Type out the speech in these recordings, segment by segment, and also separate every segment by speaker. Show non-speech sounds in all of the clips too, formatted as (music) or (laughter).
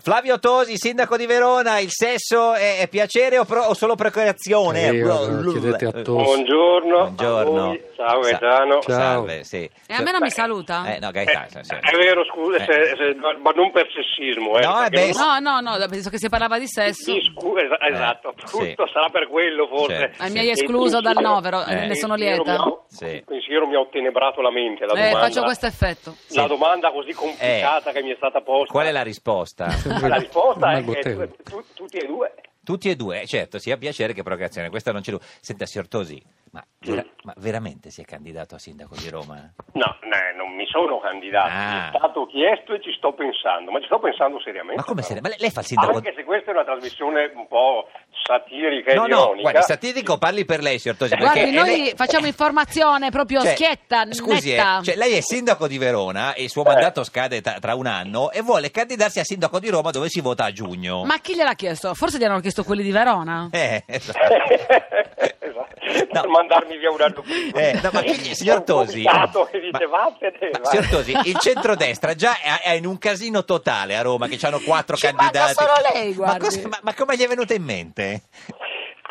Speaker 1: Flavio Tosi, sindaco di Verona, il sesso è, è piacere o, pro- o solo precreazione?
Speaker 2: Eh,
Speaker 1: Blu-
Speaker 2: guarda, chiedete a Tosi.
Speaker 3: Buongiorno, a
Speaker 1: Buongiorno.
Speaker 3: voi. ciao
Speaker 1: Sa-
Speaker 3: Gaetano.
Speaker 2: Ciao.
Speaker 1: Salve, sì.
Speaker 4: E a me non mi saluta?
Speaker 1: Eh, no,
Speaker 3: Eh,
Speaker 1: Gaetano. sì.
Speaker 3: è vero, scusa,
Speaker 1: Eh.
Speaker 3: se- se- ma- ma non per sessismo. Eh,
Speaker 1: No, eh,
Speaker 3: perché
Speaker 1: beh,
Speaker 3: non-
Speaker 4: No, no, no, penso che si parlava di sesso.
Speaker 3: Sì, scu- es- esatto, appunto, sarà per quello forse.
Speaker 1: Eh, Sì.
Speaker 4: Ah,
Speaker 1: sì.
Speaker 4: mi hai escluso dal novero,
Speaker 1: Eh.
Speaker 4: ne sono
Speaker 3: Il pensiero
Speaker 4: lieta.
Speaker 3: mi ha-
Speaker 1: Sì.
Speaker 3: Il pensiero mi ha ottenebrato la mente, la
Speaker 4: Eh,
Speaker 3: domanda.
Speaker 4: faccio questo effetto.
Speaker 3: La
Speaker 1: Sì. Eh.
Speaker 3: domanda così complicata che mi è stata posta.
Speaker 1: Qual è la risposta? (laughs)
Speaker 3: La risposta
Speaker 2: Una
Speaker 3: è che
Speaker 2: bottega.
Speaker 3: tu- tu- tutti e due.
Speaker 1: Tutti e due, eh, certo, sia piacere che procreazione, questa non c'è dubbio. Senta, signor Tosi, ma, vera-
Speaker 3: Mm.
Speaker 1: ma veramente si è candidato a sindaco di Roma?
Speaker 3: No, no, non mi sono candidato,
Speaker 1: Ah.
Speaker 3: mi è stato chiesto e ci sto pensando, ma ci sto pensando seriamente.
Speaker 1: Ma come se ne...
Speaker 3: però.
Speaker 1: Ma lei, lei fa il sindaco...
Speaker 3: Anche se questa è una trasmissione un po' satirica e
Speaker 1: No, no,
Speaker 3: ironica.
Speaker 1: guarda, satirico parli per lei, signor Tosi. Eh, perché
Speaker 4: Guardi,
Speaker 1: è
Speaker 4: noi
Speaker 1: lei-
Speaker 4: facciamo informazione proprio
Speaker 1: Cioè,
Speaker 4: schietta,
Speaker 1: scusi, eh,
Speaker 4: netta.
Speaker 1: cioè, lei è sindaco di Verona e il suo
Speaker 3: Eh.
Speaker 1: mandato scade tra, tra un anno e vuole candidarsi a sindaco di Roma dove si vota a giugno.
Speaker 4: Ma chi gliel'ha chiesto? Forse gli hanno chiesto quelli di Verona. (laughs)
Speaker 1: Eh, esatto.
Speaker 3: (laughs) esatto. Per
Speaker 1: No.
Speaker 3: mandarmi via un anno prima.
Speaker 1: Eh, no, ma quindi, signor Tosi,
Speaker 3: Stato, e dice,
Speaker 1: ma-
Speaker 3: vattene,
Speaker 1: ma
Speaker 3: vai.
Speaker 1: signor Tosi, il centrodestra già è, è in un casino totale a Roma, che hanno quattro
Speaker 4: (laughs) Ci manca
Speaker 1: candidati.
Speaker 4: solo lei,
Speaker 1: ma,
Speaker 4: guardi.
Speaker 1: cosa- ma- ma come gli è venuta in mente?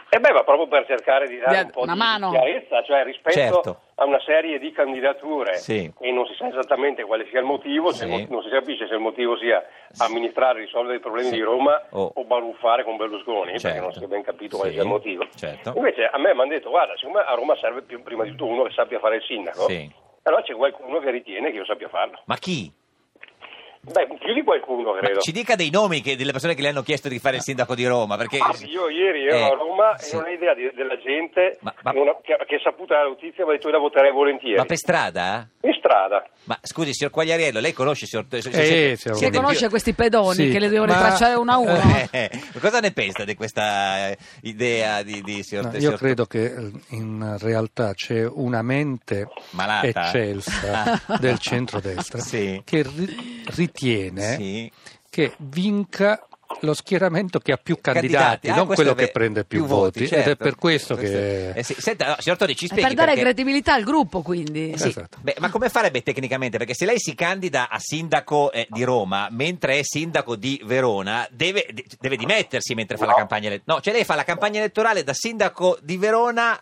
Speaker 3: E beh, ma proprio per cercare di dare
Speaker 4: Via-
Speaker 3: un po'
Speaker 4: una
Speaker 3: di
Speaker 4: mano.
Speaker 3: chiarezza, cioè rispetto
Speaker 1: Certo.
Speaker 3: a una serie di candidature
Speaker 1: Sì.
Speaker 3: e non si sa esattamente quale sia il motivo,
Speaker 1: Sì.
Speaker 3: se il mo- non si capisce se il motivo sia amministrare e risolvere i problemi
Speaker 1: Sì.
Speaker 3: di Roma
Speaker 1: Oh.
Speaker 3: o baruffare con Berlusconi, perché
Speaker 1: Certo.
Speaker 3: non si è ben capito quale
Speaker 1: Sì.
Speaker 3: sia il motivo.
Speaker 1: Certo.
Speaker 3: Invece a me mi hanno detto, guarda, siccome a Roma serve più- prima di tutto uno che sappia fare il sindaco,
Speaker 1: Sì.
Speaker 3: allora c'è qualcuno che ritiene che io sappia farlo.
Speaker 1: Ma chi?
Speaker 3: Beh, più di qualcuno
Speaker 1: Ma
Speaker 3: credo.
Speaker 1: ci dica dei nomi che- delle persone che le hanno chiesto di fare il sindaco di Roma. Perché...
Speaker 3: Ah, io ieri ero
Speaker 1: Eh,
Speaker 3: a Roma
Speaker 1: sì.
Speaker 3: e non ho idea di- della gente
Speaker 1: Ma- ma-
Speaker 3: che non ha- che, che è saputa la notizia mi ha detto io la voterei volentieri.
Speaker 1: Ma per strada?
Speaker 3: In strada.
Speaker 1: Ma scusi, signor Quagliariello, lei conosce signor Tosi?
Speaker 2: Eh, siamo-
Speaker 4: Si
Speaker 2: Siete
Speaker 4: conosce questi pedoni
Speaker 2: Sì,
Speaker 4: che le devo
Speaker 2: ma-
Speaker 4: ritracciare uno a uno?
Speaker 2: Eh.
Speaker 1: Eh, cosa ne pensa di questa eh, idea di, di signor
Speaker 2: No, io
Speaker 1: signor-
Speaker 2: credo che eh, in realtà c'è una mente
Speaker 1: Malata.
Speaker 2: eccelsa
Speaker 1: (laughs) Ah.
Speaker 2: del centrodestra
Speaker 1: Sì.
Speaker 2: che ri- ritiene
Speaker 1: Sì.
Speaker 2: che vinca lo schieramento che ha più candidati,
Speaker 1: Ah,
Speaker 2: non
Speaker 1: questo
Speaker 2: quello
Speaker 1: è ver-
Speaker 2: che prende più, voti,
Speaker 1: certo.
Speaker 2: ed è per questo che...
Speaker 1: Eh sì, Senta, no, signor Toni, ci
Speaker 4: È
Speaker 1: spieghi
Speaker 4: per dare
Speaker 1: perché- Eh,
Speaker 4: credibilità al gruppo, quindi.
Speaker 1: Sì,
Speaker 2: Esatto.
Speaker 1: beh, ma come farebbe tecnicamente? Perché se lei si candida a sindaco eh, di Roma mentre è sindaco di Verona, deve, de- deve dimettersi mentre fa la
Speaker 3: No.
Speaker 1: campagna elettorale. No, cioè lei fa la campagna elettorale da sindaco di Verona a,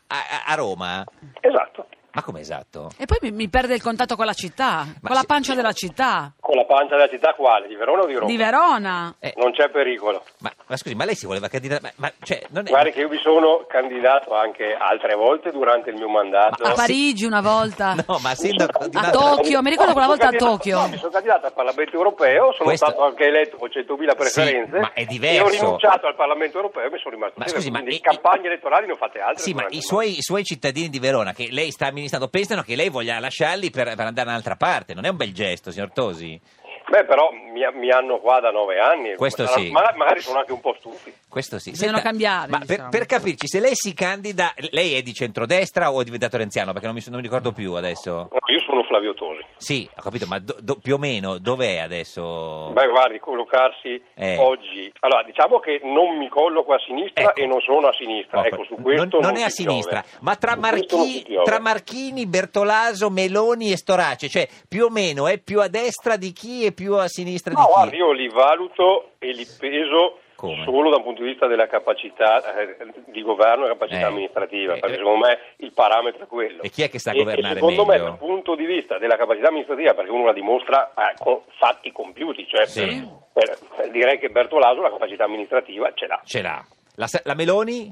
Speaker 1: a- a Roma.
Speaker 3: Esatto.
Speaker 1: Ma come esatto?
Speaker 4: E poi mi, mi perde il contatto con la città, con la
Speaker 1: sì.
Speaker 4: pancia della città,
Speaker 3: Con la pancia della città quale? Di Verona o di Roma?
Speaker 4: di Verona.
Speaker 1: Eh,
Speaker 3: Non c'è pericolo.
Speaker 1: ma, ma scusi, ma lei si voleva candidare? Ma, ma, cioè, non è...
Speaker 3: Guardi che io mi sono candidato anche altre volte durante il mio mandato.
Speaker 4: A Parigi una volta.
Speaker 1: No,
Speaker 4: (laughs)
Speaker 1: ma sindaco di
Speaker 4: A
Speaker 1: un'altra-
Speaker 4: Ah. Tokyo. mi ricordo quella
Speaker 3: sono
Speaker 4: volta a
Speaker 3: candidato-
Speaker 4: Tokyo.
Speaker 3: no, mi sono candidato al Parlamento europeo, sono
Speaker 1: Questo-
Speaker 3: stato anche eletto con 100.000 preferenze.
Speaker 1: Sì, ma è
Speaker 3: E ho
Speaker 1: diverso.
Speaker 3: rinunciato al Parlamento europeo e mi sono rimasto.
Speaker 1: Ma
Speaker 3: libero.
Speaker 1: scusi, ma
Speaker 3: Quindi
Speaker 1: i-
Speaker 3: campagne elettorali ne ho fatte altre.
Speaker 1: Sì, ma
Speaker 3: durante
Speaker 1: i
Speaker 3: il
Speaker 1: suoi, i suoi cittadini di Verona che lei sta amministrando pensano che lei voglia lasciarli per, per andare da un'altra parte. Non è un bel gesto, signor Tosi.
Speaker 3: Beh, però mi, mi hanno qua da nove anni.
Speaker 1: Questo
Speaker 3: Sarà-
Speaker 1: sì.
Speaker 3: Ma magari sono anche un po' stufi.
Speaker 1: Questo sì.
Speaker 4: Bisogna cambiare,
Speaker 1: Ma per,
Speaker 4: diciamo.
Speaker 1: per capirci, se lei si candida, lei è di centrodestra o è diventato renziano? Perché non mi, non mi ricordo più adesso.
Speaker 3: No, io sono Flavio Tosi.
Speaker 1: Sì, ho capito, ma do- do- più o meno dov'è adesso?
Speaker 3: Beh, guardi, collocarsi
Speaker 1: Oh. Eh.
Speaker 3: oggi. Allora, diciamo che non mi colloco a sinistra
Speaker 1: Ecco.
Speaker 3: e non sono a sinistra.
Speaker 1: Ecco,
Speaker 3: Ecco, su questo
Speaker 1: non, non
Speaker 3: non
Speaker 1: è a
Speaker 3: si piove.
Speaker 1: sinistra, ma tra,
Speaker 3: Su questo non si
Speaker 1: Marchi-
Speaker 3: piove.
Speaker 1: tra Marchini, Bertolaso, Meloni e Storace, cioè più o meno è più a destra di chi e più a sinistra
Speaker 3: No,
Speaker 1: di
Speaker 3: guardi,
Speaker 1: chi?
Speaker 3: io li valuto e li peso
Speaker 1: Come?
Speaker 3: solo dal punto di vista della capacità eh, di governo e capacità
Speaker 1: Eh.
Speaker 3: amministrativa,
Speaker 1: Eh,
Speaker 3: perché
Speaker 1: eh.
Speaker 3: secondo me il parametro è quello.
Speaker 1: E chi è che sa
Speaker 3: E-
Speaker 1: governare
Speaker 3: e secondo
Speaker 1: meglio?
Speaker 3: me dal punto di vista della capacità amministrativa, perché uno la dimostra eh, con fatti compiuti, cioè
Speaker 1: Sì.
Speaker 3: per- per- direi che Bertolaso la capacità amministrativa ce l'ha.
Speaker 1: Ce l'ha. La, la Meloni?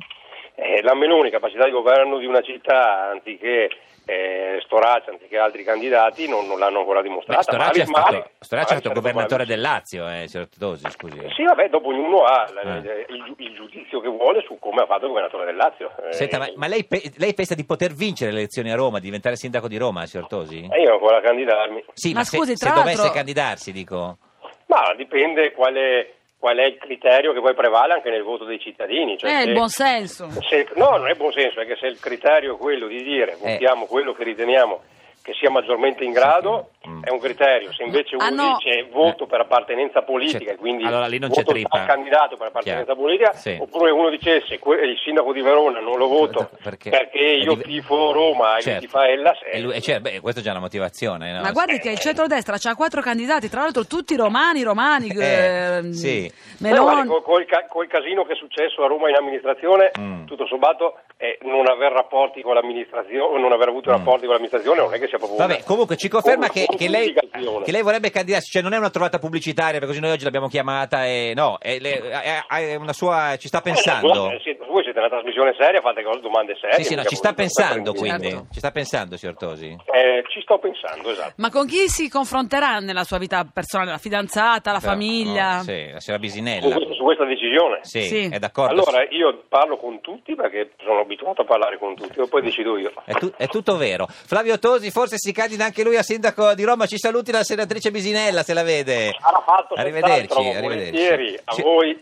Speaker 3: Eh, la Meloni, capacità di governo di una città anziché eh, Storace, anziché altri candidati, non, non l'hanno ancora
Speaker 1: Beh,
Speaker 3: dimostrata.
Speaker 1: Storace
Speaker 3: Ma- certo
Speaker 1: è stato,
Speaker 3: ma-
Speaker 1: Storace è stato
Speaker 3: ma-
Speaker 1: governatore del Lazio, eh, signor Tosi, scusi.
Speaker 3: Sì, vabbè, dopo ognuno ha la-
Speaker 1: Eh.
Speaker 3: il, giu- il giudizio che vuole su come ha fatto il governatore del Lazio. Eh,
Speaker 1: Senta, ma, ma lei, pe- lei pensa di poter vincere le elezioni a Roma, diventare sindaco di Roma, signor Tosi?
Speaker 3: eh, io ancora a candidarmi.
Speaker 1: Sì,
Speaker 4: Ma
Speaker 1: ma, se-
Speaker 4: scusi,
Speaker 1: se,
Speaker 4: tra
Speaker 1: dovesse
Speaker 4: l'altro-
Speaker 1: candidarsi, dico.
Speaker 3: Ma dipende quale, qual è il criterio che poi prevale anche nel voto dei cittadini. Cioè
Speaker 4: Eh,
Speaker 3: se-
Speaker 4: il buon senso.
Speaker 1: Eh.
Speaker 3: se- no, non è buon senso, è che se il criterio è quello di dire votiamo quello che riteniamo che sia maggiormente in grado
Speaker 1: Mm.
Speaker 3: è un criterio, se invece uno
Speaker 4: Ah, no.
Speaker 3: dice voto
Speaker 1: Eh.
Speaker 3: per appartenenza politica,
Speaker 1: C'è-
Speaker 3: e quindi
Speaker 1: allora lì non c'è
Speaker 3: voto
Speaker 1: trippa.
Speaker 3: al candidato per appartenenza
Speaker 1: Chiaro.
Speaker 3: politica,
Speaker 1: Sì.
Speaker 3: oppure uno dicesse que- il sindaco di Verona non lo voto perché, io tifo Roma e lui
Speaker 1: certo.
Speaker 3: tifa Hellas,
Speaker 1: E lui- eh, certo, beh, questa è già una motivazione. no?
Speaker 4: Ma guardi che il centrodestra c'ha quattro candidati, tra l'altro tutti romani, romani.
Speaker 1: Eh,
Speaker 4: ehm,
Speaker 1: sì.
Speaker 3: Però,
Speaker 4: Meloni.
Speaker 3: guardi, col, col ca- col casino che è successo a Roma in amministrazione,
Speaker 1: Mm.
Speaker 3: tutto sommato, eh, non aver rapporti con l'amministrazione, non aver avuto
Speaker 1: Mm.
Speaker 3: rapporti con l'amministrazione, non è che sia proprio. una-
Speaker 1: Vabbè, comunque ci conferma
Speaker 3: una
Speaker 1: che, che lei,
Speaker 3: confusione.
Speaker 1: che lei vorrebbe candidarsi, cioè non è una trovata pubblicitaria, perché così noi oggi l'abbiamo chiamata e no, è, le- è- è una sua, ci sta pensando.
Speaker 3: Eh, siete- Voi siete una trasmissione seria, fate cose- domande serie.
Speaker 1: Sì, sì, no,
Speaker 3: mica
Speaker 1: ci sta
Speaker 3: volete
Speaker 1: pensando
Speaker 3: sempre in
Speaker 1: quindi,
Speaker 3: giro.
Speaker 4: Certo.
Speaker 1: ci sta pensando signor Tosi.
Speaker 3: Eh, ci sto pensando, esatto.
Speaker 4: Ma con chi si confronterà nella sua vita personale? La fidanzata, la
Speaker 1: Però,
Speaker 4: famiglia?
Speaker 1: no, sì, Eh, la signora
Speaker 3: Su
Speaker 1: Bisinella.
Speaker 3: questa, su questa decisione.
Speaker 1: Sì,
Speaker 4: Sì.
Speaker 1: è d'accordo.
Speaker 3: Allora, io parlo con tutti perché sono abituato a parlare con tutti, poi decido io.
Speaker 1: È, tu- eh, è tutto vero. Flavio Tosi, forse si candida anche lui a sindaco di Roma. Ci saluti la senatrice Bisinella se la vede.
Speaker 3: Sarà fatto
Speaker 1: Arrivederci,
Speaker 3: senz'altro,
Speaker 1: arrivederci.
Speaker 3: volentieri, a
Speaker 1: Ci-
Speaker 3: voi.